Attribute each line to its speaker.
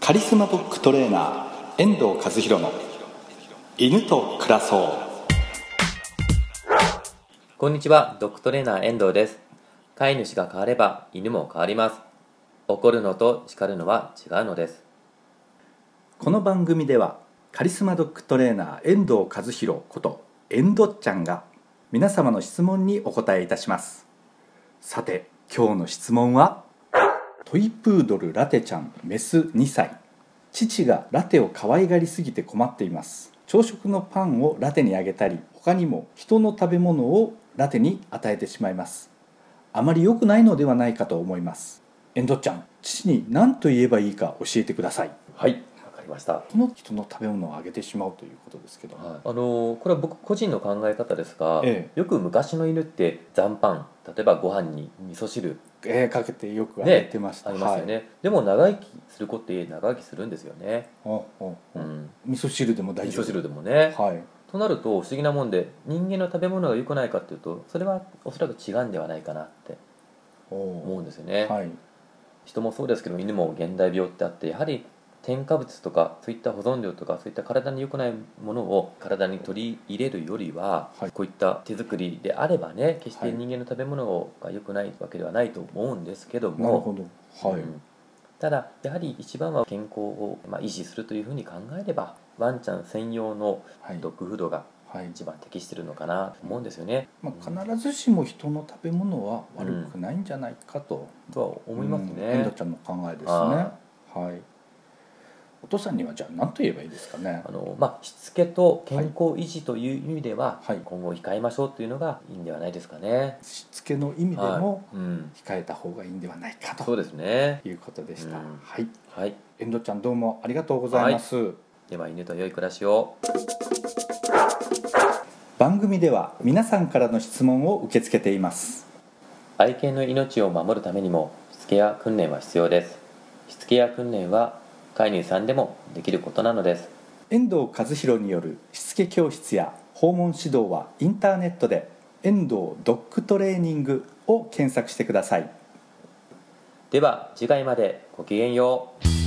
Speaker 1: カリスマドッグトレーナー遠藤和弘の犬と暮らそう
Speaker 2: こんにちは、ドッグトレーナー遠藤です。飼い主が変われば犬も変わります。怒るのと叱るのは違うのです。
Speaker 1: この番組ではカリスマドッグトレーナー遠藤和弘こと遠藤ちゃんが皆様の質問にお答えいたしますさて今日の質問はトイプードルラテちゃんメス2歳父がラテを可愛がりすぎて困っています朝食のパンをラテにあげたり他にも人の食べ物をラテに与えてしまいますあまり良くないのではないかと思います遠藤ちゃん父に何と言えばいいか教えてください
Speaker 2: はい、わかりました。
Speaker 1: その人の食べ物をあげてしまうということですけど、
Speaker 2: あのーこれは僕個人の考え方ですが、
Speaker 1: え
Speaker 2: よく昔の犬って残飯例えばご飯に味噌汁
Speaker 1: えーかけてよくあげてました、
Speaker 2: ありますよね、でも長生きする子って長生きするんですよね、
Speaker 1: はいおう
Speaker 2: う、
Speaker 1: おうん味噌汁でも大
Speaker 2: 味
Speaker 1: 丈夫
Speaker 2: 噌汁でもね、
Speaker 1: はい
Speaker 2: となると不思議なもんで人間の食べ物が良くないかっていうとそれはおそらく違うんではないかなって
Speaker 1: お
Speaker 2: 思う
Speaker 1: うん
Speaker 2: ですよね、
Speaker 1: はい
Speaker 2: 人もそうですけど犬も現代病ってあってやはり添加物とかそういった保存料とかそういった体に良くないものを体に取り入れるよりは、
Speaker 1: はい
Speaker 2: こういった手作りであればね決して
Speaker 1: はい
Speaker 2: 人間の食べ物が良くないわけではないと思うんですけど
Speaker 1: なるほ
Speaker 2: も、
Speaker 1: どはい、
Speaker 2: うんただやはり一番は健康を、まあ、維持するというふうに考えればワンちゃん専用の
Speaker 1: はい
Speaker 2: ドッグフードが
Speaker 1: はい
Speaker 2: 一番適してるのかなと思うんですよね、
Speaker 1: まあ、必ずしも人の食べ物は悪くないんじゃないかと、
Speaker 2: とは思います
Speaker 1: うん遠
Speaker 2: ね
Speaker 1: 藤。ちゃんの考えですね
Speaker 2: は
Speaker 1: はいお父さんにはじゃあ何と言えばいいですかね
Speaker 2: あのまあ、しつけと健康維持という意味では、
Speaker 1: はい
Speaker 2: 今後控えましょうというのがいいんではないですかね。
Speaker 1: しつけの意味でも
Speaker 2: はいうん、
Speaker 1: 控えた方がいいんではないか
Speaker 2: そう
Speaker 1: と
Speaker 2: ですね、
Speaker 1: いうことでした、
Speaker 2: うん
Speaker 1: はい
Speaker 2: はい、
Speaker 1: 遠藤ちゃんどうもありがとうございます、
Speaker 2: では犬と良い暮らしを
Speaker 1: 番組では皆さんからの質問を受け付けています
Speaker 2: 愛犬の命を守るためにもしつけや訓練は必要ですしつけや訓練は飼い主さんでもできることなのです
Speaker 1: 遠藤和弘によるしつけ教室や訪問指導はインターネットで「遠藤ドッグトレーニング」を検索してください
Speaker 2: では次回までごきげんよう